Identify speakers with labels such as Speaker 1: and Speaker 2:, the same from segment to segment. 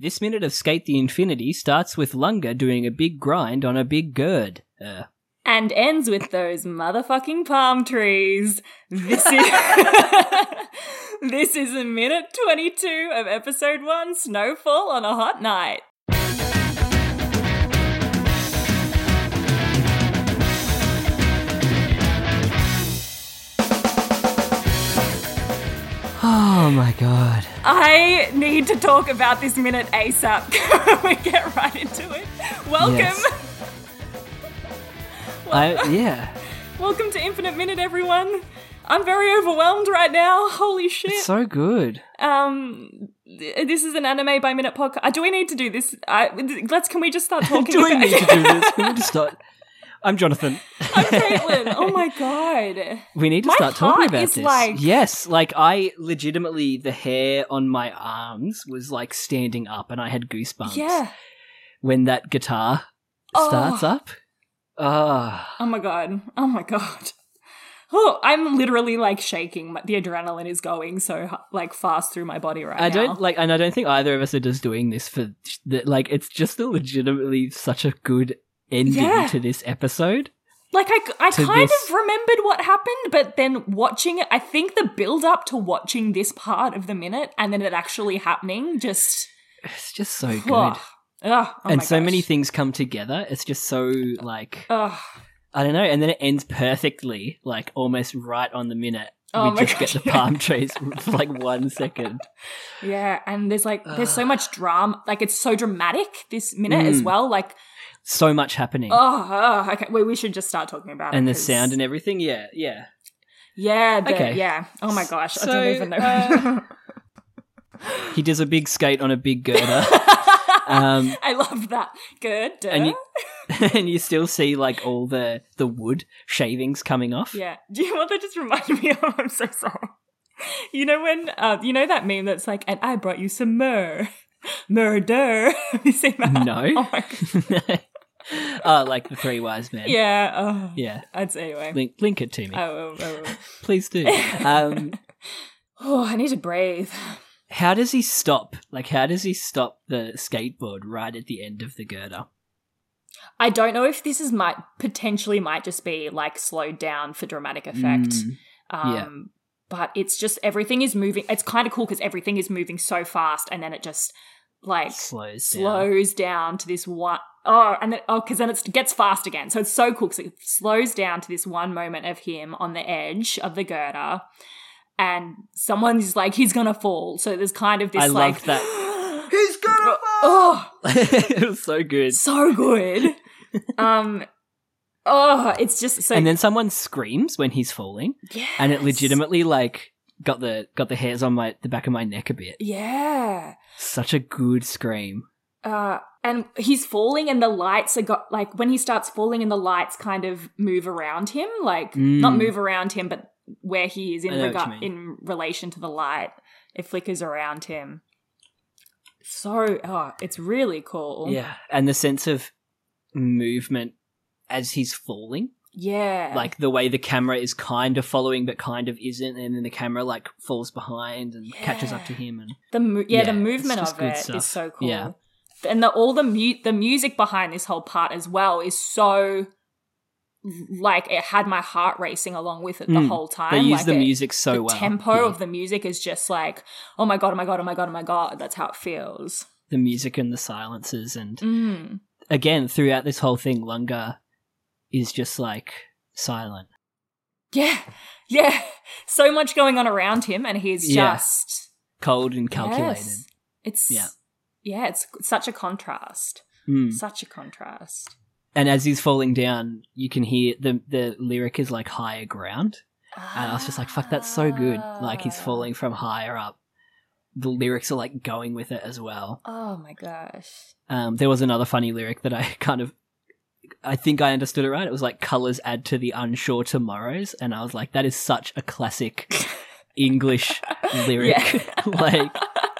Speaker 1: This minute of Skate the Infinity starts with Lunga doing a big grind on a big gird. Uh,
Speaker 2: and ends with those motherfucking palm trees. This is This is a minute 22 of episode 1 Snowfall on a Hot Night.
Speaker 1: oh my god.
Speaker 2: I need to talk about this minute ASAP. Can we get right into it? Welcome.
Speaker 1: Yes. I, yeah.
Speaker 2: Welcome to Infinite Minute everyone. I'm very overwhelmed right now. Holy shit.
Speaker 1: It's so good.
Speaker 2: um th- this is an anime by minute podcast. Uh, do we need to do this? I th- let's can we just start talking
Speaker 1: do we
Speaker 2: about
Speaker 1: need to do this? Can we just start? I'm Jonathan.
Speaker 2: I'm Caitlin. Oh my god.
Speaker 1: We need to
Speaker 2: My
Speaker 1: start talking
Speaker 2: heart
Speaker 1: about
Speaker 2: is
Speaker 1: this.
Speaker 2: like-
Speaker 1: Yes, like I legitimately, the hair on my arms was like standing up, and I had goosebumps.
Speaker 2: Yeah.
Speaker 1: When that guitar
Speaker 2: Oh.
Speaker 1: starts up. Ah.
Speaker 2: Oh my god. Oh my god. Oh, I'm literally like shaking. My- The adrenaline is going so like fast through my body right
Speaker 1: I
Speaker 2: now.
Speaker 1: don't like, and I don't think either of us are just doing this for the, like. It's just a legitimately such a good ending
Speaker 2: Yeah.
Speaker 1: to this episode.
Speaker 2: like. I, I
Speaker 1: to
Speaker 2: kind
Speaker 1: this-
Speaker 2: of remembered what happened, but then watching it, I think the build up to watching this part of the minute and then it actually happening just.
Speaker 1: It's just so good,
Speaker 2: Ugh. Ugh. Oh
Speaker 1: and
Speaker 2: my
Speaker 1: so
Speaker 2: gosh.
Speaker 1: many things come together. It's just so like
Speaker 2: Ugh.
Speaker 1: I don't know, and then it ends perfectly, like almost right on the minute.
Speaker 2: Oh
Speaker 1: we
Speaker 2: my
Speaker 1: just
Speaker 2: God,
Speaker 1: get the
Speaker 2: yeah.
Speaker 1: palm trees for like one second.
Speaker 2: Yeah, and there's like there's so much drama. Like it's so dramatic this minute
Speaker 1: Mm.
Speaker 2: as well. Like
Speaker 1: So much happening,
Speaker 2: oh, oh, okay. Well, we should just start talking about it
Speaker 1: and the
Speaker 2: 'cause-
Speaker 1: sound and everything. Yeah, yeah.
Speaker 2: yeah, the-
Speaker 1: Okay.
Speaker 2: yeah. Oh my gosh, I
Speaker 1: So,
Speaker 2: don't even know.
Speaker 1: uh, He does a big skate on a big girder, um,
Speaker 2: I love that. Good.
Speaker 1: and you and you still see like all the the wood shavings coming off.
Speaker 2: Yeah. Do you know what that just reminded me of? I'm so sorry. You know when uh, you know that meme that's like, and I brought you some myrrh. Murder. Have you seen that?
Speaker 1: No.
Speaker 2: Oh my god.
Speaker 1: uh, like the three wise men.
Speaker 2: Yeah. Oh.
Speaker 1: yeah.
Speaker 2: I'd say anyway. Oh,
Speaker 1: Link, link it to me,
Speaker 2: I will, I will.
Speaker 1: please do. Um,
Speaker 2: Oh, I need to breathe.
Speaker 1: how does he stop? Like, how does he stop the skateboard right at the end of the girder?
Speaker 2: I don't know if this is might potentially might just be like slowed down for dramatic effect.
Speaker 1: Mm, yeah.
Speaker 2: Um but it's just everything is moving. It's kind of cool cuz everything is moving so fast and then it just like
Speaker 1: slows down.
Speaker 2: slows down to this one oh and then oh cuz then it gets fast again. So it's so cool cuz it slows down to this one moment of him on the edge of the girder and someone's like he's going to fall. So there's kind of this
Speaker 1: I
Speaker 2: like
Speaker 1: loved that.
Speaker 3: he's gonna
Speaker 2: oh
Speaker 1: it was so good.
Speaker 2: so good. um, oh, it's just so.
Speaker 1: and then someone screams when he's falling,
Speaker 2: yes.
Speaker 1: and it legitimately like got the got the hairs on my the back of my neck a bit.
Speaker 2: Yeah.
Speaker 1: Such a good scream.
Speaker 2: Uh, and he's falling, and the lights are got like when he starts falling, and the lights kind of move around him, like
Speaker 1: Mm.
Speaker 2: not move around him, but where he is in
Speaker 1: I know what
Speaker 2: rega-
Speaker 1: you mean.
Speaker 2: in relation to the light, it flickers around him. So, oh, it's really cool.
Speaker 1: Yeah, and the sense of movement as he's falling,
Speaker 2: Yeah.
Speaker 1: like the way the camera is kind of following but kind of isn't, and then the camera like falls behind and catches up to
Speaker 2: Yeah.
Speaker 1: him. And
Speaker 2: The mu- yeah,
Speaker 1: Yeah,
Speaker 2: the movement
Speaker 1: it's just
Speaker 2: of
Speaker 1: good
Speaker 2: it is
Speaker 1: stuff.
Speaker 2: so cool.
Speaker 1: Yeah.
Speaker 2: And the all the mu- the music behind this whole part as well is so like it had my heart racing along with it the
Speaker 1: Mm.
Speaker 2: whole time.
Speaker 1: they use
Speaker 2: like
Speaker 1: the
Speaker 2: it-
Speaker 1: music so
Speaker 2: the
Speaker 1: well.
Speaker 2: tempo
Speaker 1: Yeah.
Speaker 2: of the music is just like, oh my god, oh my god, oh my god, oh my god. That's how it feels.
Speaker 1: the music and the silences and
Speaker 2: Mm.
Speaker 1: again throughout this whole thing lunga is just like silent
Speaker 2: Yeah, yeah. So much going on around him, and he's
Speaker 1: Yeah.
Speaker 2: just
Speaker 1: cold and calculated
Speaker 2: Yes. It's
Speaker 1: Yeah.
Speaker 2: yeah, yeah. It's such a contrast.
Speaker 1: Mm.
Speaker 2: Such a contrast.
Speaker 1: and as he's falling down you can hear the the lyric is like higher ground and i was just like fuck that's so good like he's
Speaker 2: Ah.
Speaker 1: falling from higher up the lyrics are like going with it as well.
Speaker 2: Oh my gosh.
Speaker 1: Um, there was another funny lyric that I kind of, I think I understood it right. It was like colors add to the unsure tomorrows, and I was like, that is such a classic English lyric.
Speaker 2: Yeah.
Speaker 1: like,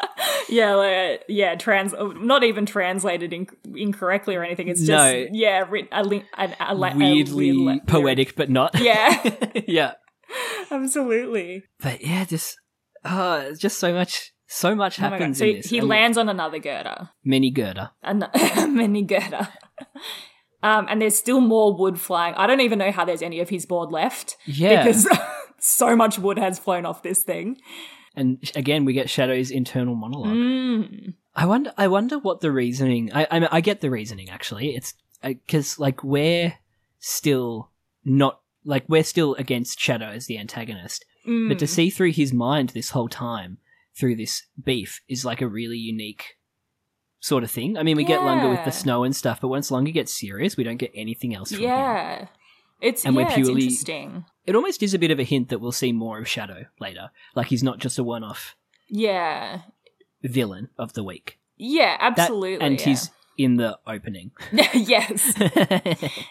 Speaker 2: Yeah, like, uh, yeah, trans oh, not even translated in- incorrectly or anything. It's just
Speaker 1: No.
Speaker 2: yeah, writ- a, link, a, a, la- a
Speaker 1: weirdly
Speaker 2: weird le-
Speaker 1: poetic, but not.
Speaker 2: Yeah,
Speaker 1: yeah.
Speaker 2: absolutely.
Speaker 1: But yeah, just, uh, it's just so much, so much
Speaker 2: Oh my God.
Speaker 1: happens
Speaker 2: So
Speaker 1: in
Speaker 2: he,
Speaker 1: this.
Speaker 2: he
Speaker 1: And
Speaker 2: lands on another girder,
Speaker 1: Mini girder.
Speaker 2: An- mini girder. Um, and there's still more wood flying. I don't even know how there's any of his board left
Speaker 1: Yeah.
Speaker 2: because so much wood has flown off this thing.
Speaker 1: and sh- again, we get Shadow's internal monologue.
Speaker 2: Mm.
Speaker 1: I wonder. I wonder what the reasoning. I I, mean, I get the reasoning actually. It's because like we're still not like we're still against Shadow as the antagonist,
Speaker 2: Mm.
Speaker 1: but to see through his mind this whole time through this beef is like a really unique sort of thing. I mean, we get longer with
Speaker 2: Yeah.
Speaker 1: the snow and stuff, but once longer gets serious, we don't get anything else. From him.
Speaker 2: yeah, it's
Speaker 1: And
Speaker 2: yeah,
Speaker 1: we're purely-
Speaker 2: it's interesting.
Speaker 1: it almost is a bit of a hint that we'll see more of Shadow later. Like he's not just a one-off
Speaker 2: Yeah,
Speaker 1: villain of the week.
Speaker 2: yeah,
Speaker 1: That-
Speaker 2: absolutely.
Speaker 1: and
Speaker 2: yeah.
Speaker 1: he's in the opening.
Speaker 2: yes.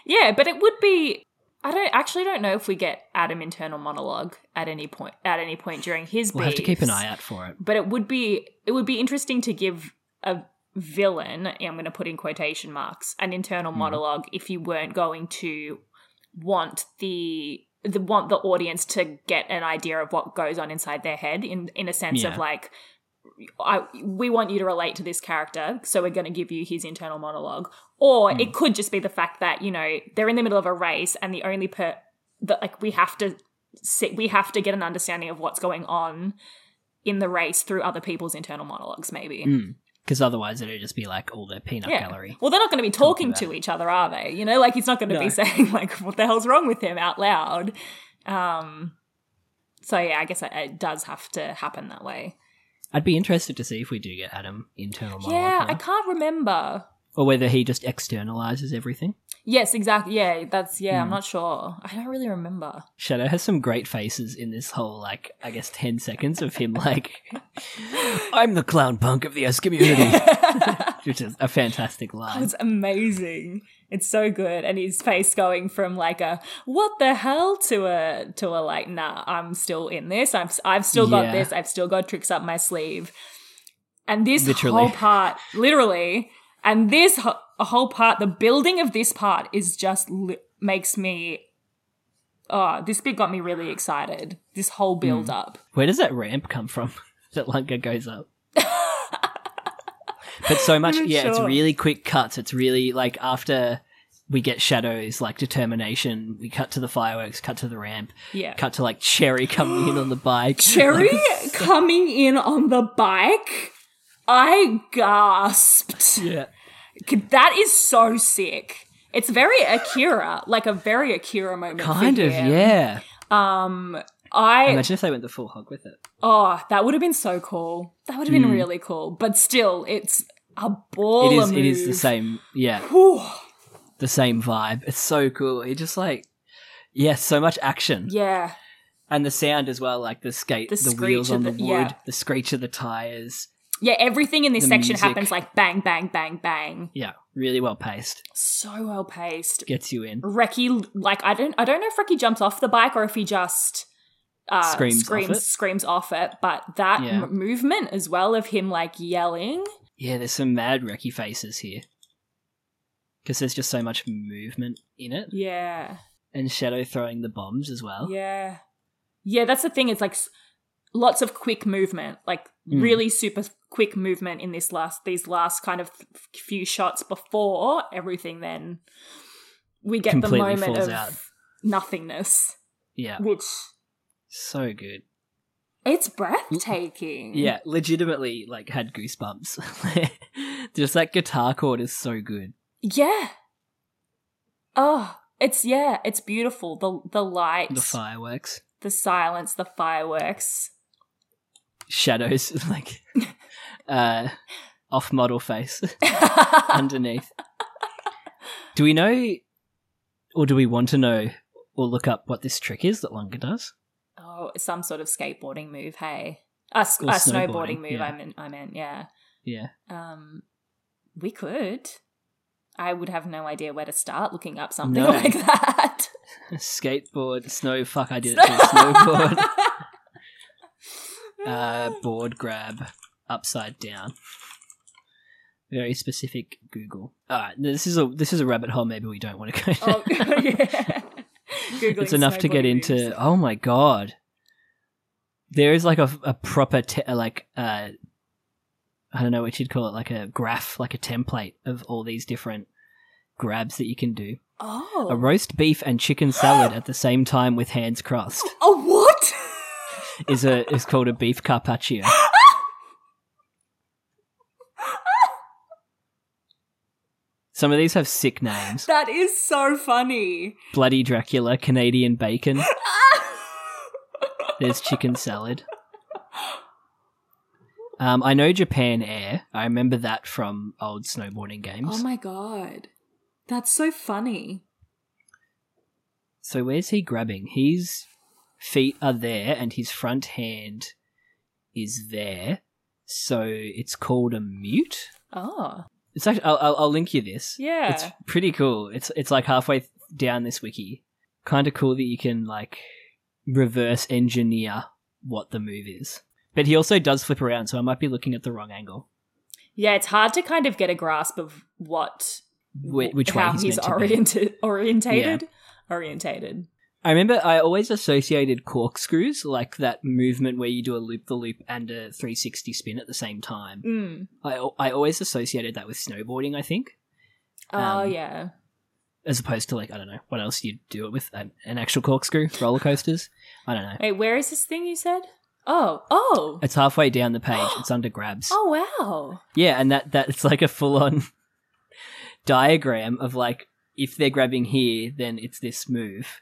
Speaker 2: Yeah, but it would be. I don't actually don't know if we get Adam internal monologue at any point at any point during his.
Speaker 1: We'll have to keep an
Speaker 2: beefs.
Speaker 1: eye out for it.
Speaker 2: But it would be it would be interesting to give a villain. and I'm going to put in quotation marks an internal monologue if you weren't going to want the. The, want the audience to get an idea of what goes on inside their head in in a sense
Speaker 1: Yeah.
Speaker 2: of like I, we want you to relate to this character, so we're going to give you his internal monologue. Or it could just be the fact that you know they're in the middle of a race, and the only per that like we have to sit, we have to get an understanding of what's going on in the race through other people's internal monologues. Maybe,
Speaker 1: Because otherwise, it'd just be like all their peanut
Speaker 2: yeah.
Speaker 1: gallery.
Speaker 2: Well, they're not going to be talking to each other, are they? You know, like he's not going to
Speaker 1: No.
Speaker 2: be saying like what the hell's wrong with him out loud. Um, so yeah, I guess it, it does have to happen that way.
Speaker 1: I'd be interested to see if we do get Adam internal monologue,
Speaker 2: yeah, I
Speaker 1: now.
Speaker 2: can't remember.
Speaker 1: or whether he just externalizes everything.
Speaker 2: Yes, exactly. Yeah, that's yeah. I'm not sure. I don't really remember.
Speaker 1: Shadow has some great faces in this whole, like, I guess, ten seconds of him like, "I'm the clown punk of the S community," which is a fantastic line.
Speaker 2: It's amazing. It's so good, and his face going from like a "what the hell" to a to a like "nah, I'm still in this. I'm I've still got
Speaker 1: Yeah.
Speaker 2: this. I've still got tricks up my sleeve." And this
Speaker 1: Literally.
Speaker 2: whole part, literally, and this ho- whole part, the building of this part is just li- makes me. Oh, this bit got me really excited. This whole
Speaker 1: Hmm.
Speaker 2: build up.
Speaker 1: Where does that ramp come from that Lunga goes up? but so much,
Speaker 2: not
Speaker 1: yeah, it's
Speaker 2: sure.
Speaker 1: really quick cuts. It's really like after we get shadows, like determination, we cut to the fireworks, cut to the ramp,
Speaker 2: Yeah.
Speaker 1: cut to like Cherry coming in on the bike.
Speaker 2: Cherry coming in on the bike. I gasped.
Speaker 1: yeah.
Speaker 2: That is so sick. It's very Akira, like a very Akira moment. for
Speaker 1: Kind of,
Speaker 2: him.
Speaker 1: yeah.
Speaker 2: I
Speaker 1: Imagine if they went the full hog with it.
Speaker 2: oh, that would have been so cool. That would have been really cool. But still, it's a ball.
Speaker 1: Hmm. It is
Speaker 2: a
Speaker 1: it is the
Speaker 2: move.
Speaker 1: same yeah. The same vibe. It's so cool. It just like yeah, so much action.
Speaker 2: Yeah,
Speaker 1: And the sound as well, like the skate,
Speaker 2: The
Speaker 1: the,
Speaker 2: screech
Speaker 1: wheels on the
Speaker 2: of
Speaker 1: wood,
Speaker 2: the- yeah.
Speaker 1: the screech of the tires.
Speaker 2: yeah. Everything in this
Speaker 1: The
Speaker 2: section
Speaker 1: music.
Speaker 2: happens like bang, bang, bang, bang.
Speaker 1: Yeah, really well paced.
Speaker 2: So well paced.
Speaker 1: Gets you in.
Speaker 2: Reki, like I don't, I don't know if Reki jumps off the bike or if he just uh,
Speaker 1: Screams off
Speaker 2: screams,
Speaker 1: it.
Speaker 2: screams off it. But that
Speaker 1: Yeah.
Speaker 2: m- movement as well of him like yelling,
Speaker 1: Yeah, there's some mad wrecky faces here. Because there's just so much movement in it.
Speaker 2: yeah,
Speaker 1: And Shadow throwing the bombs as well.
Speaker 2: yeah, yeah. That's the thing. It's like s- lots of quick movement, like
Speaker 1: Mm.
Speaker 2: really super quick movement in this last these last kind of f- few shots before everything. Then we get
Speaker 1: Completely
Speaker 2: the moment
Speaker 1: falls
Speaker 2: of
Speaker 1: out.
Speaker 2: nothingness,
Speaker 1: Yeah.
Speaker 2: which
Speaker 1: So good.
Speaker 2: it's breathtaking.
Speaker 1: Yeah, legitimately, like, had goosebumps. just that guitar chord is so good.
Speaker 2: Yeah. Oh, it's yeah, it's beautiful. The the light,
Speaker 1: The fireworks.
Speaker 2: the silence, the fireworks.
Speaker 1: Shadows, like, uh, off model face underneath. Do we know, or do we want to know, or look up what this trick is that Lunga does?
Speaker 2: oh, some sort of skateboarding move, hey. A, s- a
Speaker 1: Or
Speaker 2: snowboarding,
Speaker 1: snowboarding,
Speaker 2: move.
Speaker 1: yeah.
Speaker 2: I meant. I meant. Yeah.
Speaker 1: Yeah.
Speaker 2: Um, we could. I would have no idea where to start looking up something
Speaker 1: No.
Speaker 2: like that.
Speaker 1: Skateboard, snow, fuck, I did it. too. Snowboard, uh, board grab, upside down. Very specific Google. All right, this is a this is a rabbit hole. Maybe we don't want to go.
Speaker 2: oh,
Speaker 1: down.
Speaker 2: yeah. Googling
Speaker 1: it's enough to get
Speaker 2: snowboarding moves.
Speaker 1: into. Oh my god, there is like a, a proper te- like uh, I don't know what you'd call it, like a graph, like a template of all these different grabs that you can do.
Speaker 2: Oh.
Speaker 1: A roast beef and chicken salad at the same time with hands crossed
Speaker 2: oh, what?
Speaker 1: is a is called a beef carpaccio. Some of these have sick names:
Speaker 2: that is so funny.
Speaker 1: bloody Dracula, Canadian bacon. There's chicken salad. Um, I know Japan Air. I remember that from old snowboarding games.
Speaker 2: oh my god. That's so funny.
Speaker 1: so where's he grabbing? His feet are there, and his front hand is there. So it's called a mute.
Speaker 2: Oh.
Speaker 1: It's actually I'll, I'll, I'll link you this.
Speaker 2: Yeah.
Speaker 1: it's pretty cool. It's it's like halfway th- down this wiki. Kind of cool that you can like reverse engineer what the move is. But he also does flip around, so I might be looking at the wrong angle.
Speaker 2: Yeah, it's hard to kind of get a grasp of what
Speaker 1: Wh- which way
Speaker 2: how
Speaker 1: he's,
Speaker 2: he's,
Speaker 1: meant to be.
Speaker 2: oriented orientated. Orientated.
Speaker 1: I remember I always associated corkscrews like that movement where you do a loop the loop and a 360 spin at the same time.
Speaker 2: Mm.
Speaker 1: I al- I always associated that with snowboarding. I think.
Speaker 2: Oh
Speaker 1: Um,
Speaker 2: yeah.
Speaker 1: As opposed to like I don't know what else you'd do it with an, an actual corkscrew roller coasters I don't know
Speaker 2: Wait, where is this thing you said? Oh, oh.
Speaker 1: It's halfway down the page. It's under grabs.
Speaker 2: Oh wow.
Speaker 1: Yeah, and that that's like a full on diagram of like if they're grabbing here, then it's this move.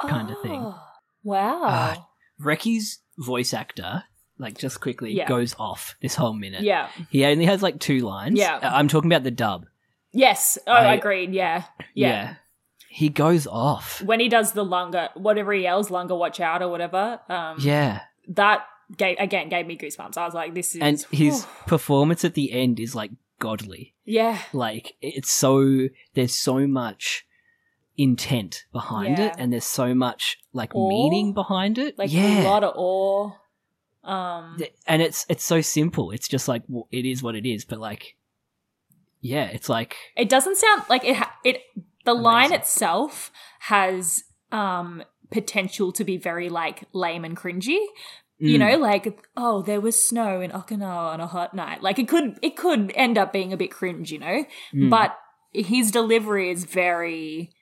Speaker 1: Kinda thing.
Speaker 2: Oh, Wow.
Speaker 1: Ah, Reki's voice actor, like just quickly,
Speaker 2: Yeah.
Speaker 1: goes off this whole minute.
Speaker 2: yeah.
Speaker 1: He only has like two lines.
Speaker 2: Yeah.
Speaker 1: I- I'm talking about the dub.
Speaker 2: Yes. Oh,
Speaker 1: I-
Speaker 2: agreed. Yeah. yeah.
Speaker 1: He goes off.
Speaker 2: When he does the longer, whatever he yells, longer watch out or whatever. Um,
Speaker 1: Yeah.
Speaker 2: That gave, again gave me goosebumps. I was like, this is.
Speaker 1: And his performance at the end is like godly.
Speaker 2: yeah.
Speaker 1: like it's so there's so much intent behind it
Speaker 2: Yeah.
Speaker 1: and there's so much like
Speaker 2: Awe?
Speaker 1: meaning behind it
Speaker 2: Like
Speaker 1: yeah
Speaker 2: a lot of awe. Um,
Speaker 1: Th- and it's it's so simple it's just like w it is what it is but like yeah it's like
Speaker 2: It doesn't sound like it. Ha- it the line
Speaker 1: Amazing.
Speaker 2: itself has um potential to be very like lame and cringy. You
Speaker 1: Mm.
Speaker 2: know, like oh, there was snow in Okinawa on a hot night. Like it could it could end up being a bit cringe. You know,
Speaker 1: Mm.
Speaker 2: but his delivery is very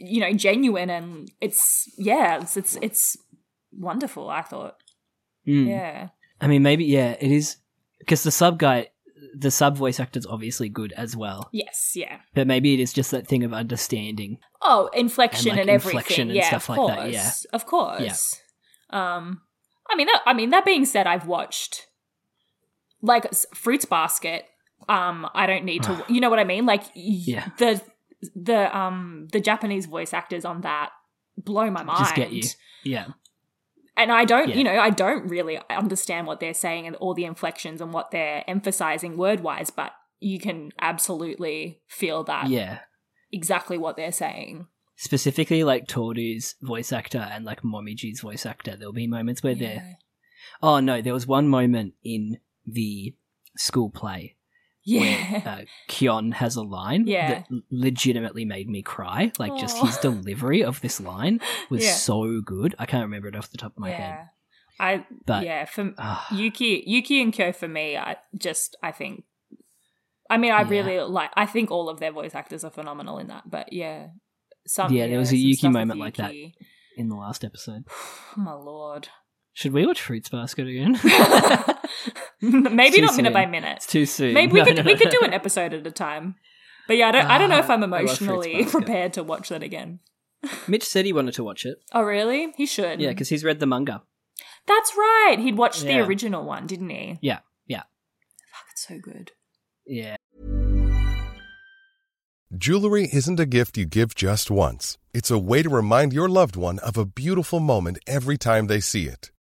Speaker 2: you know genuine and it's yeah it's it's, it's wonderful. I thought
Speaker 1: mm.
Speaker 2: yeah
Speaker 1: i mean maybe yeah it is because the sub guy the sub voice actor's obviously good as well
Speaker 2: yes yeah
Speaker 1: but maybe it is just that thing of understanding
Speaker 2: Oh, inflection
Speaker 1: And,
Speaker 2: and,
Speaker 1: like,
Speaker 2: everything.
Speaker 1: inflection and
Speaker 2: yeah,
Speaker 1: stuff
Speaker 2: of
Speaker 1: like
Speaker 2: course.
Speaker 1: that, yeah.
Speaker 2: Of course. Um I mean that I mean that being said, I've watched like s- Fruits Basket. Um I don't need to you know what I mean? Like y-
Speaker 1: Ah. Yeah.
Speaker 2: the the um the Japanese voice actors on that blow my mind.
Speaker 1: just get you yeah
Speaker 2: And I don't,
Speaker 1: Yeah.
Speaker 2: you know, I don't really understand what they're saying and all the inflections and what they're emphasizing word-wise, but you can absolutely feel that
Speaker 1: yeah
Speaker 2: exactly what they're saying.
Speaker 1: specifically like toru's voice actor and like momiji's voice actor there'll be moments where they're Oh no, there was one moment in the school play
Speaker 2: Yeah.
Speaker 1: uh, Kion has a line
Speaker 2: Yeah.
Speaker 1: that l- legitimately made me cry. Like just
Speaker 2: Aw.
Speaker 1: his delivery of this line was
Speaker 2: Yeah.
Speaker 1: so good. I can't remember it off the top of my head.
Speaker 2: I
Speaker 1: But-
Speaker 2: yeah, for
Speaker 1: Ah,
Speaker 2: Yuki Yuki and Kyo for me, I just I think I mean I
Speaker 1: Yeah.
Speaker 2: really like I think all of their voice actors are phenomenal in that, but yeah. Some,
Speaker 1: Yeah, there was a
Speaker 2: some
Speaker 1: Yuki
Speaker 2: stuff with
Speaker 1: moment like that.
Speaker 2: Yuki.
Speaker 1: in the last episode,
Speaker 2: Oh my lord.
Speaker 1: should we watch Fruits Basket again?
Speaker 2: Maybe
Speaker 1: Too
Speaker 2: not minute by
Speaker 1: soon.
Speaker 2: minute.
Speaker 1: it's too soon.
Speaker 2: Maybe we
Speaker 1: No,
Speaker 2: could
Speaker 1: no,
Speaker 2: we
Speaker 1: no,
Speaker 2: could do
Speaker 1: no.
Speaker 2: an episode at a time. But yeah, I don't I don't know if I'm
Speaker 1: Ah, I love Fruits
Speaker 2: emotionally
Speaker 1: Basket.
Speaker 2: prepared to watch that again.
Speaker 1: Mitch said he wanted to watch it.
Speaker 2: Oh really? He should.
Speaker 1: Yeah, because he's read the manga.
Speaker 2: That's right. He'd watched
Speaker 1: Yeah.
Speaker 2: the original one, didn't he?
Speaker 1: Yeah, yeah,
Speaker 2: Fuck, it's so good.
Speaker 1: yeah.
Speaker 4: Jewelry isn't a gift you give just once. It's a way to remind your loved one of a beautiful moment every time they see it.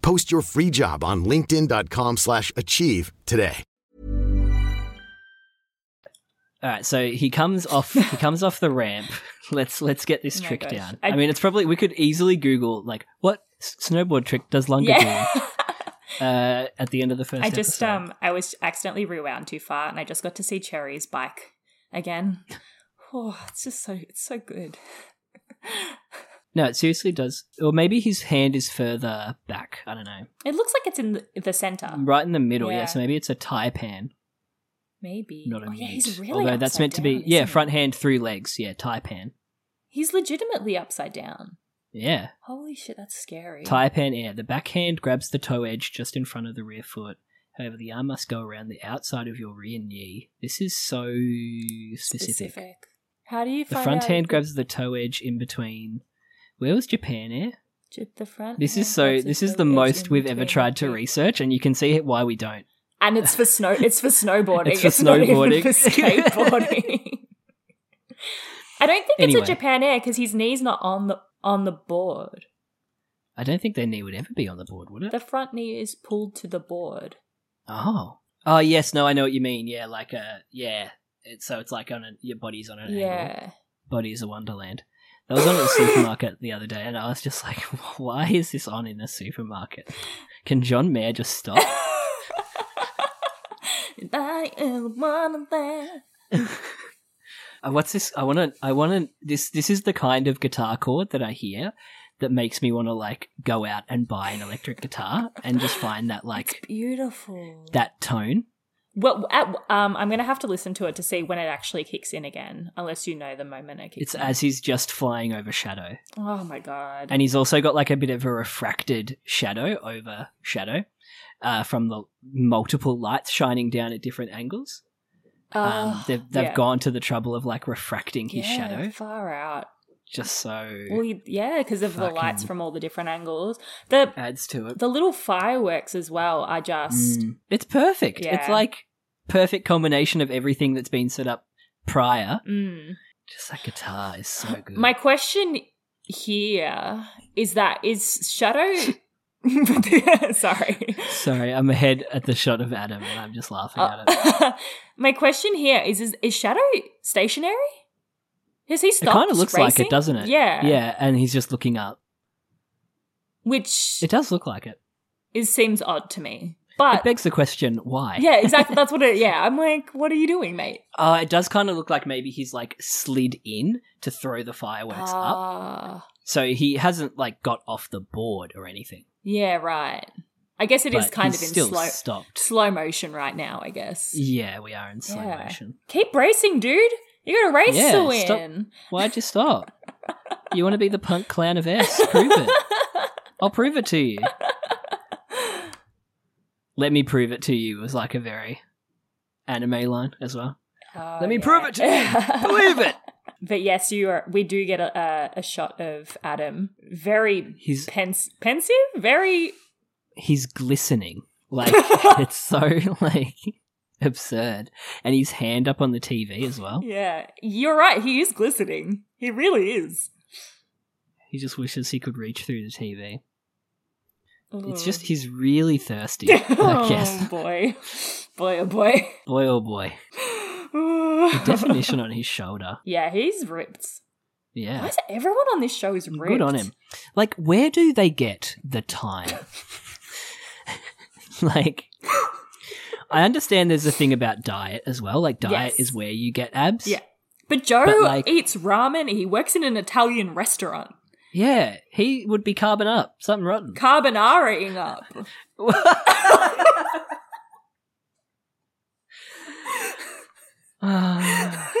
Speaker 5: Post your free job on linkedin.com/achieve slash achieve today.
Speaker 1: All right, so he comes off. he comes off the ramp. Let's let's get this
Speaker 2: Oh my
Speaker 1: trick
Speaker 2: gosh.
Speaker 1: down. I,
Speaker 2: I-
Speaker 1: mean, it's probably we could easily Google like what s- snowboard trick does Lunga
Speaker 2: Yeah.
Speaker 1: do uh, at the end of the first.
Speaker 2: I just
Speaker 1: episode.
Speaker 2: um I was accidentally rewound too far and I just got to see Cherry's bike again. Oh, it's just so it's so good.
Speaker 1: no, it seriously does. Or maybe his hand is further back. I don't know,
Speaker 2: It looks like it's in the, the center.
Speaker 1: right in the middle. Yeah.
Speaker 2: Uh, Yeah.
Speaker 1: so maybe it's a tie pan,
Speaker 2: Maybe.
Speaker 1: not a
Speaker 2: oh,
Speaker 1: mute.
Speaker 2: yeah, he's really
Speaker 1: Although that's
Speaker 2: upside
Speaker 1: meant to be
Speaker 2: down,
Speaker 1: yeah,
Speaker 2: isn't he?
Speaker 1: front hand, three legs. Yeah, tie pan.
Speaker 2: He's legitimately upside down.
Speaker 1: Yeah,
Speaker 2: Holy shit, that's scary.
Speaker 1: tie pan. Yeah, the backhand grabs the toe edge just in front of the rear foot. However, the arm must go around the outside of your rear knee. This is so specific.
Speaker 2: How do you
Speaker 1: The
Speaker 2: find
Speaker 1: front
Speaker 2: out
Speaker 1: hand
Speaker 2: if
Speaker 1: grabs the toe edge in between. Where was Japan Air?
Speaker 2: the, the front?
Speaker 1: This is
Speaker 2: hand
Speaker 1: so.
Speaker 2: grabs
Speaker 1: This is
Speaker 2: toe
Speaker 1: the
Speaker 2: edge
Speaker 1: most
Speaker 2: in
Speaker 1: we've ever
Speaker 2: between
Speaker 1: tried to
Speaker 2: the-
Speaker 1: research, and you can see why we don't.
Speaker 2: And it's for snow. It's for snowboarding.
Speaker 1: It's for
Speaker 2: not even
Speaker 1: snowboarding.
Speaker 2: for skateboarding. I don't think
Speaker 1: Anyway.
Speaker 2: it's a Japan Air because his knee's not on the on the board.
Speaker 1: I don't think their knee would ever be on the board, would it?
Speaker 2: The front knee is pulled to the board.
Speaker 1: oh, oh yes, no, I know what you mean. Yeah, like a yeah. It, so it's like on a, your body's Uh, on an angle.
Speaker 2: Yeah.
Speaker 1: Body is a wonderland. I was on at the supermarket the other day, and I was just like, why is this on in a supermarket? Can John Mayer just stop?
Speaker 2: I am one of them.
Speaker 1: Uh, what's this? I want to. I want to. This. This is the kind of guitar chord that I hear that makes me want to like go out and buy an electric guitar and just find that like
Speaker 2: Beautiful.
Speaker 1: that tone.
Speaker 2: Well, at, um, I'm going to have to listen to it to see when it actually kicks in again, unless you know the moment it kicks
Speaker 1: It's
Speaker 2: in.
Speaker 1: as he's just flying over shadow,
Speaker 2: oh my god.
Speaker 1: and he's also got like a bit of a refracted shadow over shadow uh, from the multiple lights shining down at different angles. um,
Speaker 2: Ah,
Speaker 1: they've they've
Speaker 2: yeah.
Speaker 1: gone to the trouble of like refracting his
Speaker 2: Yeah,
Speaker 1: shadow,
Speaker 2: far out.
Speaker 1: just so
Speaker 2: Well, you- yeah, because of the lights
Speaker 1: Fucking-
Speaker 2: from all the different angles. The
Speaker 1: adds to it.
Speaker 2: the little fireworks as well are just
Speaker 1: Mm. It's perfect. It's
Speaker 2: Yeah.
Speaker 1: like perfect combination of everything that's been set up prior.
Speaker 2: Mm.
Speaker 1: Just that guitar is so good.
Speaker 2: My question here is that is Shadow. Sorry.
Speaker 1: Sorry, I'm ahead at the shot of Adam, and I'm just laughing at it.
Speaker 2: Uh, my question here is, is is Shadow stationary? Has he
Speaker 1: It
Speaker 2: stopped?
Speaker 1: kind of looks like
Speaker 2: racing?
Speaker 1: it, doesn't it?
Speaker 2: Yeah.
Speaker 1: yeah. And he's just looking up.
Speaker 2: Which
Speaker 1: It does look like it.
Speaker 2: is, seems odd to me.
Speaker 1: it
Speaker 2: But
Speaker 1: begs the question, why?
Speaker 2: yeah, exactly. That's what it. Yeah, I'm like, what are you doing, mate?
Speaker 1: Uh, it does kind of look like maybe he's like slid in to throw the fireworks up.
Speaker 2: Ah.
Speaker 1: So he hasn't like got off the board or anything.
Speaker 2: Yeah, right. I guess it is
Speaker 1: But
Speaker 2: kind
Speaker 1: he's
Speaker 2: of in
Speaker 1: still
Speaker 2: slow
Speaker 1: stopped.
Speaker 2: slow motion right now. I guess.
Speaker 1: Yeah, we are in slow
Speaker 2: Yeah.
Speaker 1: motion.
Speaker 2: Keep racing, dude. You got a race
Speaker 1: Yeah,
Speaker 2: to
Speaker 1: stop-
Speaker 2: win.
Speaker 1: Why'd you stop? You want to be the punk clown of S? Prove it. I'll prove it to you. Let me prove it to you was like a very anime line as well.
Speaker 2: Oh,
Speaker 1: Let me
Speaker 2: yeah.
Speaker 1: prove it to you. Believe it.
Speaker 2: But yes, you are. We do get a, a, a shot of Adam. Very
Speaker 1: He's
Speaker 2: pens- pensive. Very
Speaker 1: he's glistening. Like it's so like absurd. And his hand up on the TV as well.
Speaker 2: yeah. You're right. He is glistening. He really is.
Speaker 1: He just wishes he could reach through the TV. It's
Speaker 2: Ugh.
Speaker 1: just he's really thirsty. I
Speaker 2: Oh
Speaker 1: guess.
Speaker 2: boy, boy, oh boy.
Speaker 1: Boy oh boy. The definition on his shoulder.
Speaker 2: yeah, he's ripped.
Speaker 1: Yeah.
Speaker 2: Why is everyone on this show is ripped?
Speaker 1: Good on him. Like, where do they get the time? like, I understand there's a thing about diet as well. Like, diet
Speaker 2: Yes.
Speaker 1: is where you get abs.
Speaker 2: Yeah. But Joe
Speaker 1: But, like-
Speaker 2: eats ramen. He works in an Italian restaurant.
Speaker 1: Yeah, he would be carbon up, something rotten.
Speaker 2: Carbonaraing up.
Speaker 1: Ah.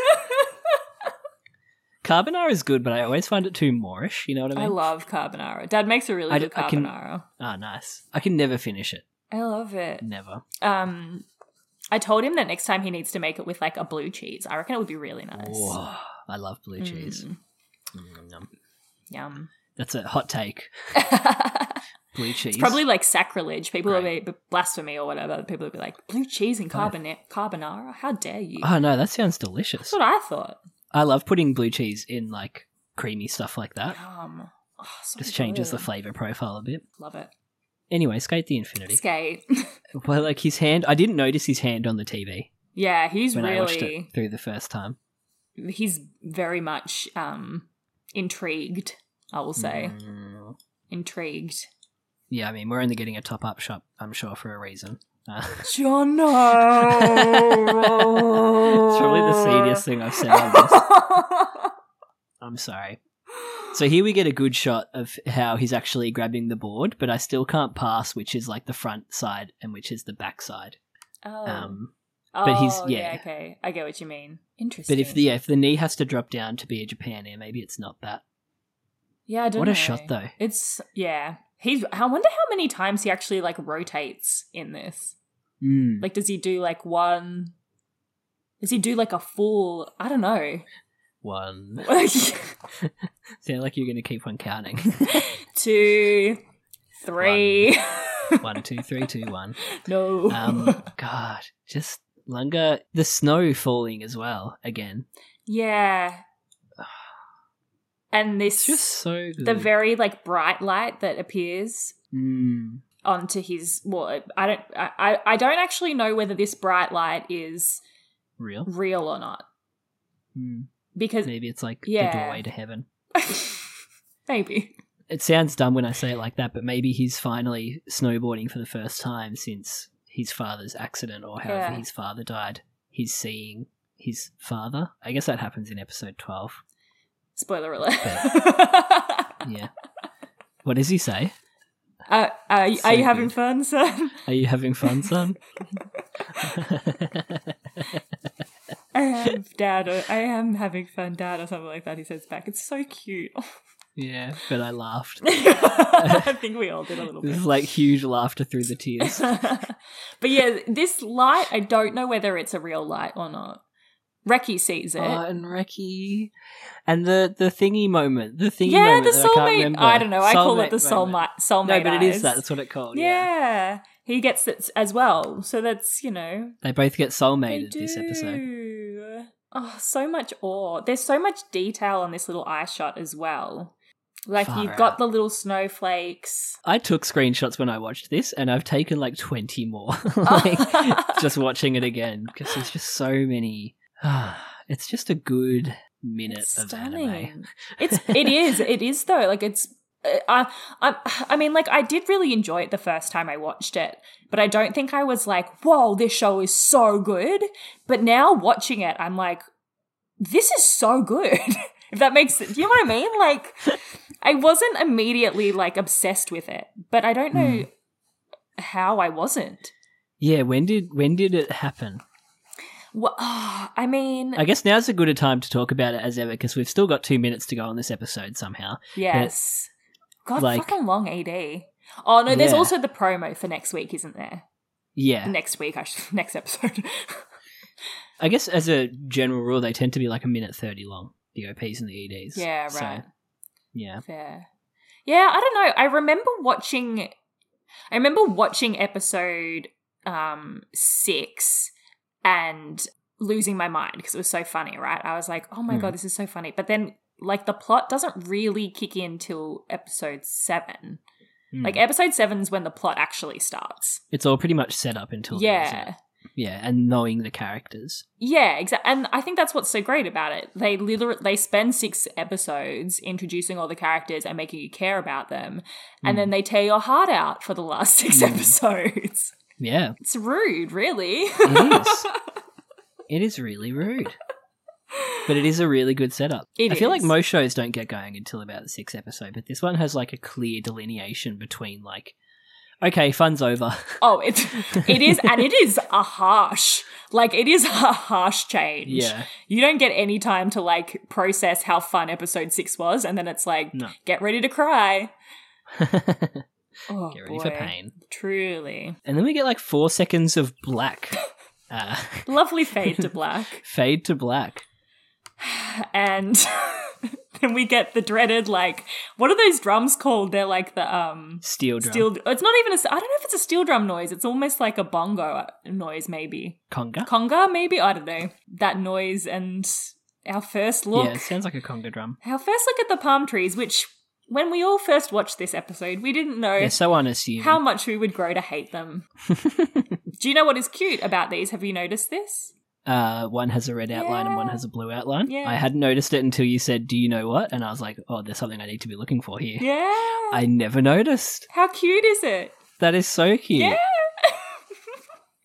Speaker 1: carbonara is good, but I always find it too Moorish. You know what I mean?
Speaker 2: I love carbonara. Dad makes a really
Speaker 1: I d-
Speaker 2: good
Speaker 1: I can-
Speaker 2: carbonara.
Speaker 1: Ah, nice. I can never finish it.
Speaker 2: I love it.
Speaker 1: Never.
Speaker 2: Um, I told him that next time he needs to make it with like a blue cheese. I reckon it would be really nice.
Speaker 1: Whoa, Oh, I love blue cheese. Mm, nom.
Speaker 2: Yum.
Speaker 1: That's a hot take. blue cheese.
Speaker 2: It's probably like sacrilege. People
Speaker 1: Right.
Speaker 2: will be blasphemy or whatever. People will be like, blue cheese and carbona- carbonara? How dare you?
Speaker 1: Oh no, that sounds delicious.
Speaker 2: That's what I thought.
Speaker 1: I love putting blue cheese in like creamy stuff like that.
Speaker 2: Yum. Oh, so
Speaker 1: Just changes the
Speaker 2: good.
Speaker 1: flavor profile a bit.
Speaker 2: Love it.
Speaker 1: Anyway, skate the infinity.
Speaker 2: Skate.
Speaker 1: Well, like his hand. I didn't notice his hand on the TV
Speaker 2: yeah, he's
Speaker 1: when I watched
Speaker 2: really
Speaker 1: it through the first time.
Speaker 2: he's very much um intrigued, I will say.
Speaker 1: Mm.
Speaker 2: Intrigued.
Speaker 1: Yeah, I mean we're only getting a top up shop. I'm sure for a reason. Uh,
Speaker 2: Oh, Jono.
Speaker 1: it's probably the seediest thing I've said on this. I'm sorry. So here we get a good shot of how he's actually grabbing the board, but I still can't pass which is like the front side and which is the back side.
Speaker 2: Oh.
Speaker 1: Um, but he's-
Speaker 2: Oh,
Speaker 1: yeah.
Speaker 2: Okay, I get what you mean. Interesting.
Speaker 1: but if the yeah, if the knee has to drop down to be a Japan air, maybe it's not that.
Speaker 2: yeah, I don't
Speaker 1: what a
Speaker 2: know.
Speaker 1: shot, though.
Speaker 2: It's yeah. He's. I wonder how many times he actually like rotates in this.
Speaker 1: Mm.
Speaker 2: Like, does he do like one? Does he do like a full? I don't know.
Speaker 1: One.
Speaker 2: Like,
Speaker 1: Sound like you're going to keep on counting.
Speaker 2: two, three.
Speaker 1: one, two, three, two, one.
Speaker 2: no.
Speaker 1: Um, God, just Lunga. The snow falling as well again.
Speaker 2: yeah. And this
Speaker 1: It's just so good.
Speaker 2: the very like bright light that appears
Speaker 1: Mm.
Speaker 2: onto his well i don't I, I- I don't actually know whether this bright light is
Speaker 1: real.
Speaker 2: real or not
Speaker 1: Mm.
Speaker 2: because
Speaker 1: Maybe it's like
Speaker 2: Yeah.
Speaker 1: the doorway to heaven.
Speaker 2: maybe
Speaker 1: it sounds dumb when I say it like that, but maybe he's finally snowboarding for the first time since his father's accident or however
Speaker 2: Yeah.
Speaker 1: his father died. He's seeing his father. I guess that happens in episode 12.
Speaker 2: spoiler alert
Speaker 1: Yeah. what does he say?
Speaker 2: uh, are, you-
Speaker 1: So
Speaker 2: are you having
Speaker 1: good.
Speaker 2: fun son
Speaker 1: Are you having fun, son?
Speaker 2: i am dad or i am having fun dad or something like that he says back it's so cute
Speaker 1: yeah, but I laughed.
Speaker 2: i think we all did a little bit
Speaker 1: This is like huge laughter through the tears.
Speaker 2: but yeah this light i don't know whether it's a real light or not Reki sees it.
Speaker 1: Oh, and Reki. And the, the thingy moment. The thingy
Speaker 2: yeah,
Speaker 1: moment.
Speaker 2: the
Speaker 1: that I, can't
Speaker 2: soulmate.
Speaker 1: remember.
Speaker 2: I, don't know. I call it the
Speaker 1: moment.
Speaker 2: soulmate. Soulmate.
Speaker 1: No, but it is
Speaker 2: eyes.
Speaker 1: that. That's what it's called.
Speaker 2: yeah. he gets it as well. So that's you know
Speaker 1: They both get
Speaker 2: they
Speaker 1: soulmated
Speaker 2: do.
Speaker 1: this episode.
Speaker 2: Oh, so much awe. There's so much detail on this little eye shot as well. Like
Speaker 1: Far
Speaker 2: you've
Speaker 1: out.
Speaker 2: got the little snowflakes.
Speaker 1: I took screenshots when I watched this, and I've taken like 20 more.
Speaker 2: Oh.
Speaker 1: like, just watching it again, because there's just so many. it's just a good minute of anime.
Speaker 2: It's it is it is though. Like it's uh, I I I mean like I did really enjoy it the first time I watched it, but I don't think I was like, "Whoa, this show is so good." But now watching it, I'm like, "This is so good." if that makes sense. Do you know what I mean? Like I wasn't immediately like obsessed with it, but I don't know how I wasn't.
Speaker 1: Yeah, when did when did it happen?
Speaker 2: Wha I mean,
Speaker 1: I guess now's as good a time to talk about it as ever because we've still got two minutes to go on this episode somehow.
Speaker 2: Yes. God,
Speaker 1: like-
Speaker 2: fucking long AD. Oh no, there's
Speaker 1: Yeah.
Speaker 2: also the promo for next week, isn't there?
Speaker 1: Yeah,
Speaker 2: Next week, I should, next episode.
Speaker 1: I guess as a general rule, they tend to be like a minute thirty long. The OPs and the EDs.
Speaker 2: yeah,
Speaker 1: So,
Speaker 2: right.
Speaker 1: yeah,
Speaker 2: Fair. Yeah, I don't know. I remember watching. I remember watching episode um six and losing my mind because it was so funny. Right? I was like, oh
Speaker 1: Hmm.
Speaker 2: my god, this is so funny. But then, like, the plot doesn't really kick in till episode seven.
Speaker 1: Hmm.
Speaker 2: Like, episode seven's when the plot actually starts.
Speaker 1: it's all pretty much set up until then, isn't
Speaker 2: yeah.
Speaker 1: it? yeah, and knowing the characters.
Speaker 2: Yeah, exactly. And I think that's what's so great about it. They literally they spend six episodes introducing all the characters and making you care about them,
Speaker 1: Hmm.
Speaker 2: and then they tear your heart out for the last six episodes.
Speaker 1: Yeah,
Speaker 2: It's rude, really.
Speaker 1: It is. it is really rude. but it is a really good setup.
Speaker 2: It
Speaker 1: I feel
Speaker 2: is.
Speaker 1: like most shows don't get going until about the sixth episode, but this one has like a clear delineation between like, okay, fun's over.
Speaker 2: Oh, it's it is, and it is a harsh, like it is a harsh change.
Speaker 1: Yeah.
Speaker 2: you don't get any time to like process how fun episode six was, and then it's like,
Speaker 1: No.
Speaker 2: get ready to cry. Oh,
Speaker 1: get ready for
Speaker 2: boy.
Speaker 1: pain.
Speaker 2: Truly,
Speaker 1: And then we get like four seconds of black. Uh,
Speaker 2: lovely fade to black,
Speaker 1: fade to black.
Speaker 2: and then we get the dreaded like, what are those drums called? They're like the um.
Speaker 1: Steel drum.
Speaker 2: Steel. It's not even a. I don't know if it's a steel drum noise. It's almost like a bongo uh, noise, maybe.
Speaker 1: conga.
Speaker 2: conga maybe i don't know that noise and our first look
Speaker 1: Yeah, it sounds like a conga drum.
Speaker 2: our first look at the palm trees which when we all first watched this episode we didn't know
Speaker 1: They're so unassuming.
Speaker 2: how much we would grow to hate them do you know what is cute about these have you noticed this
Speaker 1: uh, one has a red outline and one
Speaker 2: Yeah.
Speaker 1: has a blue outline.
Speaker 2: Yeah.
Speaker 1: I hadn't noticed it until you said, "Do you know what?" And I was like, "Oh, there's something I need to be looking for here."
Speaker 2: yeah
Speaker 1: I never noticed.
Speaker 2: how cute is it
Speaker 1: That is so cute.
Speaker 2: yeah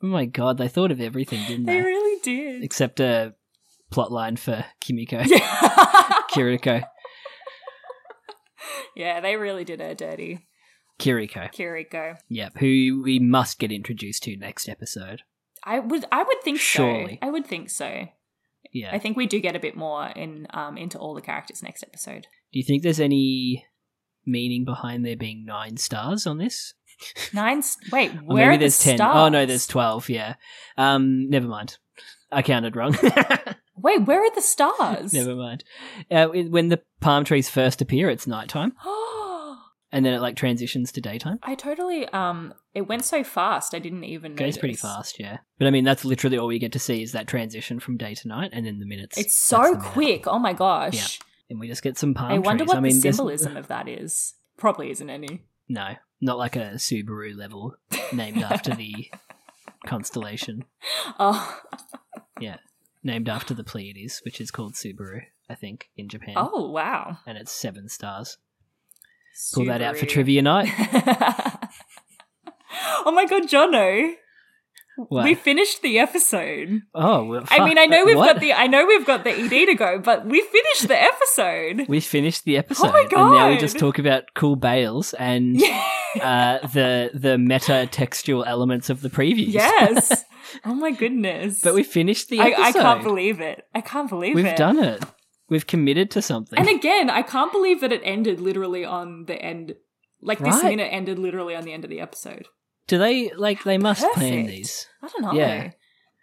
Speaker 1: Oh my god, they thought of everything, didn't
Speaker 2: they
Speaker 1: they?
Speaker 2: really did
Speaker 1: Except a plot line for Kimiko, Kiriko,
Speaker 2: yeah they really did her dirty
Speaker 1: Kiriko.
Speaker 2: kiriko
Speaker 1: Yep, who we must get introduced to next episode.
Speaker 2: i would i would think
Speaker 1: Surely.
Speaker 2: so i would think so
Speaker 1: Yeah.
Speaker 2: i think we do get a bit more in um into all the characters next episode
Speaker 1: Do you think there's any meaning behind there being nine stars on this?
Speaker 2: Nine. s- Wait,
Speaker 1: Or
Speaker 2: where
Speaker 1: maybe
Speaker 2: are
Speaker 1: there's
Speaker 2: the
Speaker 1: ten.
Speaker 2: stars?
Speaker 1: Oh no, there's twelve. Yeah. Um. Never mind. I counted wrong.
Speaker 2: Wait, where are the stars?
Speaker 1: never mind. Uh, it- when the palm trees first appear, it's nighttime, and then it like transitions to daytime.
Speaker 2: I totally. Um, it went so fast. I didn't even.
Speaker 1: Goes
Speaker 2: notice.
Speaker 1: pretty fast, yeah. But I mean, that's literally all we get to see is that transition from day to night, and then the minutes.
Speaker 2: It's
Speaker 1: That's
Speaker 2: so
Speaker 1: the minute.
Speaker 2: quick. Oh my gosh.
Speaker 1: and we just get some palm
Speaker 2: I wonder
Speaker 1: trees.
Speaker 2: what
Speaker 1: I mean,
Speaker 2: the
Speaker 1: there's-
Speaker 2: symbolism of that is. Probably isn't any.
Speaker 1: No, not like a Subaru level named after the constellation.
Speaker 2: Oh,
Speaker 1: Yeah, named after the Pleiades, which is called Subaru, I think, in Japan.
Speaker 2: oh wow.
Speaker 1: and it's seven stars. Pull that out for
Speaker 2: Subaru.
Speaker 1: trivia night.
Speaker 2: oh my god, Jono.
Speaker 1: What?
Speaker 2: We finished the episode.
Speaker 1: oh, well,
Speaker 2: I
Speaker 1: fuck,
Speaker 2: mean, I know we've
Speaker 1: what?
Speaker 2: got the I know we've got the ED to go, but we finished the episode.
Speaker 1: We finished the episode,
Speaker 2: Oh my
Speaker 1: and now we
Speaker 2: God.
Speaker 1: just talk about cool bales and uh, the the meta textual elements of the previews.
Speaker 2: Yes. oh my goodness.
Speaker 1: but we finished the
Speaker 2: I,
Speaker 1: episode.
Speaker 2: I can't believe it. I can't believe
Speaker 1: we've
Speaker 2: it.
Speaker 1: done it. We've committed to something.
Speaker 2: And again, I can't believe that it ended literally on the end. Like this
Speaker 1: Right.
Speaker 2: minute ended literally on the end of the episode.
Speaker 1: Do they like they must plan
Speaker 2: Perfect.
Speaker 1: these?
Speaker 2: I don't know.
Speaker 1: Yeah.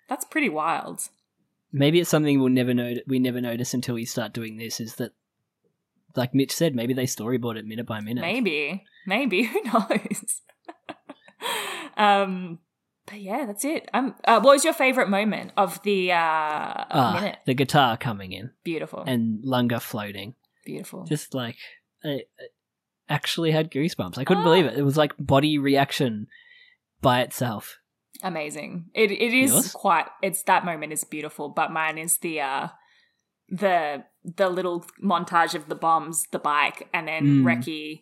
Speaker 2: That's pretty wild.
Speaker 1: Maybe it's something we'll never know. We never notice until we start doing this. Is that like Mitch said? Maybe they storyboard it minute by minute.
Speaker 2: Maybe. Maybe. Who knows? um but yeah, that's it. Um uh, what was your favorite moment of the uh
Speaker 1: Ah,
Speaker 2: minute?
Speaker 1: the guitar coming in
Speaker 2: Beautiful.
Speaker 1: and Lunga floating.
Speaker 2: Beautiful.
Speaker 1: just like I I actually had goosebumps. I couldn't believe it. It was like body reaction by itself.
Speaker 2: amazing. It it is
Speaker 1: Yours?
Speaker 2: quite it's that moment is beautiful, but mine is the uh the the little montage of the bombs, the bike, and
Speaker 1: Mm.
Speaker 2: then Reki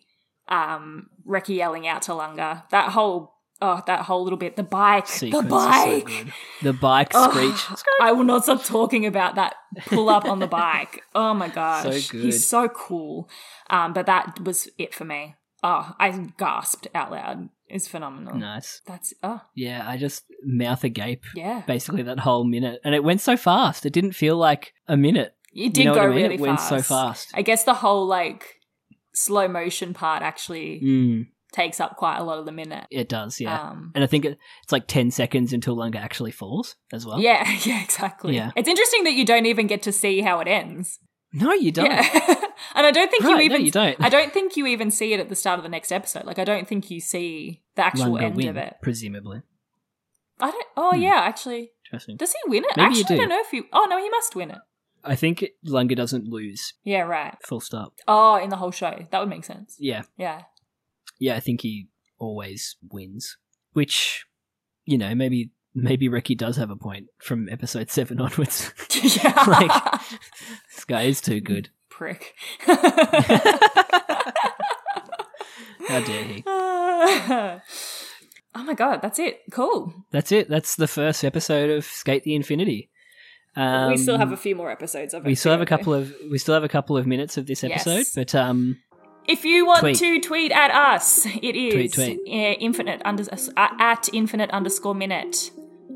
Speaker 2: um Reki yelling out to Lunga. That whole oh that whole little bit, the bike,
Speaker 1: Sequence
Speaker 2: the
Speaker 1: is so
Speaker 2: bike.
Speaker 1: good. The bike
Speaker 2: Oh,
Speaker 1: screech.
Speaker 2: I will not stop talking about that pull up on the bike. Oh my gosh.
Speaker 1: good.
Speaker 2: He's so cool. Um, but that was it for me. Oh, I gasped out loud. It's phenomenal.
Speaker 1: Nice.
Speaker 2: That's oh
Speaker 1: Yeah, I just mouth agape
Speaker 2: yeah.
Speaker 1: basically that whole minute, and it went so fast. It didn't feel like a minute.
Speaker 2: It did
Speaker 1: know
Speaker 2: go
Speaker 1: what I mean?
Speaker 2: really
Speaker 1: It went
Speaker 2: fast.
Speaker 1: so fast.
Speaker 2: I guess the whole like slow motion part actually
Speaker 1: Mm,
Speaker 2: takes up quite a lot of the minute.
Speaker 1: it does, yeah.
Speaker 2: Um,
Speaker 1: and I think it, it's like ten seconds until Lunga actually falls as well.
Speaker 2: yeah, yeah, exactly.
Speaker 1: Yeah.
Speaker 2: It's interesting that you don't even get to see how it ends.
Speaker 1: No, you don't.
Speaker 2: Yeah. and I don't think
Speaker 1: Right,
Speaker 2: you
Speaker 1: no,
Speaker 2: even
Speaker 1: you don't.
Speaker 2: I don't think you even see it at the start of the next episode. Like I don't think you see the actual
Speaker 1: Lunga
Speaker 2: end
Speaker 1: win,
Speaker 2: of it.
Speaker 1: presumably.
Speaker 2: I don't Oh yeah, actually.
Speaker 1: Interesting.
Speaker 2: Does he win it?
Speaker 1: Maybe you
Speaker 2: actually
Speaker 1: do.
Speaker 2: I don't know if he Oh no, he must win it.
Speaker 1: I think Lunga doesn't lose.
Speaker 2: Yeah, right.
Speaker 1: Full stop.
Speaker 2: Oh, in the whole show. That would make sense.
Speaker 1: Yeah.
Speaker 2: Yeah.
Speaker 1: yeah, I think he always wins. Which, you know, maybe maybe Ricky does have a point from episode seven onwards.
Speaker 2: yeah.
Speaker 1: Like- this guy is too good.
Speaker 2: prick.
Speaker 1: How dare he?
Speaker 2: oh my god, that's it. Cool.
Speaker 1: That's it. That's the first episode of Skate the Infinity. Um,
Speaker 2: we still have a few more episodes of it.
Speaker 1: we still have
Speaker 2: to
Speaker 1: a
Speaker 2: go
Speaker 1: couple of we still have a couple of minutes of this
Speaker 2: Yes.
Speaker 1: episode, but um,
Speaker 2: If you want
Speaker 1: Tweet.
Speaker 2: to tweet at us, it is
Speaker 1: Tweet, tweet.
Speaker 2: Yeah, infinite under, uh, at infinite underscore minute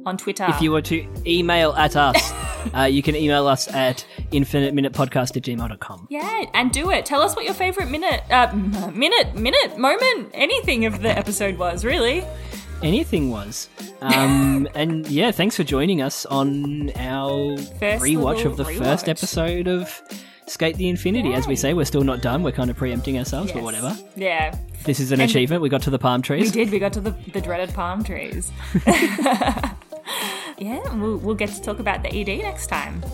Speaker 2: on Twitter.
Speaker 1: if you want to email at us, uh, you can email us at infiniteminutepodcast at gmail.com.
Speaker 2: yeah, and do it. Tell us what your favorite minute, uh, m- minute, minute, moment, anything of the episode was. Really,
Speaker 1: Anything was, um, and yeah, thanks for joining us on our
Speaker 2: First
Speaker 1: rewatch
Speaker 2: little
Speaker 1: of the
Speaker 2: rewatch.
Speaker 1: first episode of Skate the Infinity. As we say, we're still not done. We're kind of preempting ourselves, but
Speaker 2: Yes.
Speaker 1: whatever.
Speaker 2: Yeah,
Speaker 1: This is an achievement. We got to the palm
Speaker 2: we
Speaker 1: trees.
Speaker 2: did. We got to the, the dreaded palm trees. yeah, and we'll, we'll get to talk about the ED next time.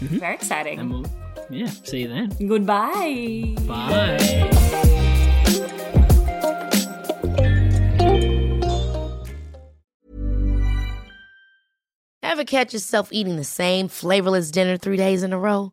Speaker 2: Very exciting.
Speaker 1: Mm-hmm. And we'll, yeah, see you then.
Speaker 2: Goodbye.
Speaker 1: Bye.
Speaker 6: Ever catch yourself eating the same flavorless dinner three days in a row?